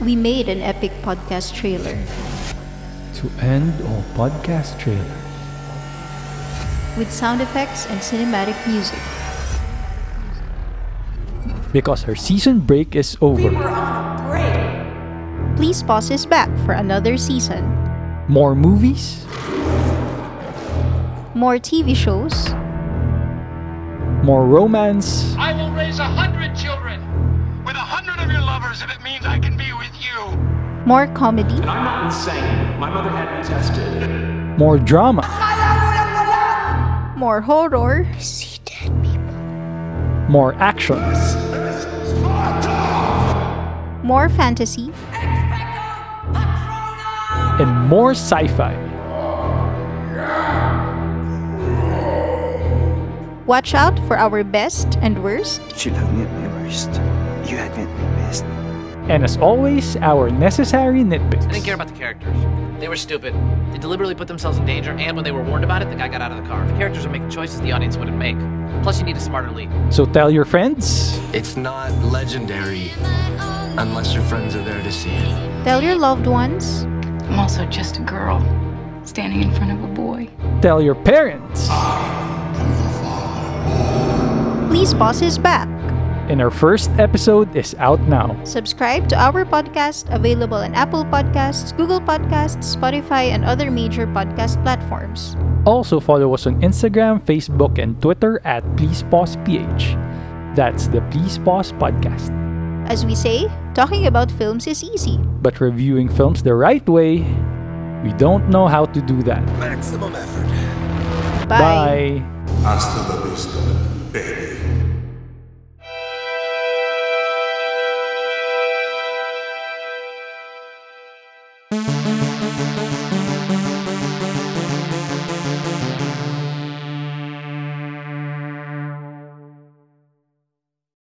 we made an epic podcast trailer. To end all podcast trailers. with sound effects and cinematic music. Because her season break is over. Please pause this back for another season. More movies, More TV shows, more romance, I will raise a hundred children with a hundred of your lovers if it means I can be with you. more comedy, I'm not insane. My mother had me tested. more drama, more horror, more action, more fantasy, and more sci fi. watch out for our best and worst, You'll have me at my worst. You had me at my best. And as always, our necessary nitpicks. I didn't care about the characters. They were stupid. They deliberately put themselves in danger, and when they were warned about it, the guy got out of the car. The characters were making choices the audience wouldn't make. Plus, you need a smarter lead. So tell your friends. It's not legendary unless your friends are there to see it. tell your loved ones, I'm also just a girl standing in front of a boy. Tell your parents. please pause this back. And our first episode is out now. Subscribe to our podcast available on Apple Podcasts, Google Podcasts, Spotify, and other major podcast platforms. Also follow us on Instagram, Facebook, and Twitter at Please Pause PH. That's the Please Pause podcast. As we say, talking about films is easy. But reviewing films the right way, we don't know how to do that. Bye. Bye. Hasta la vista, baby.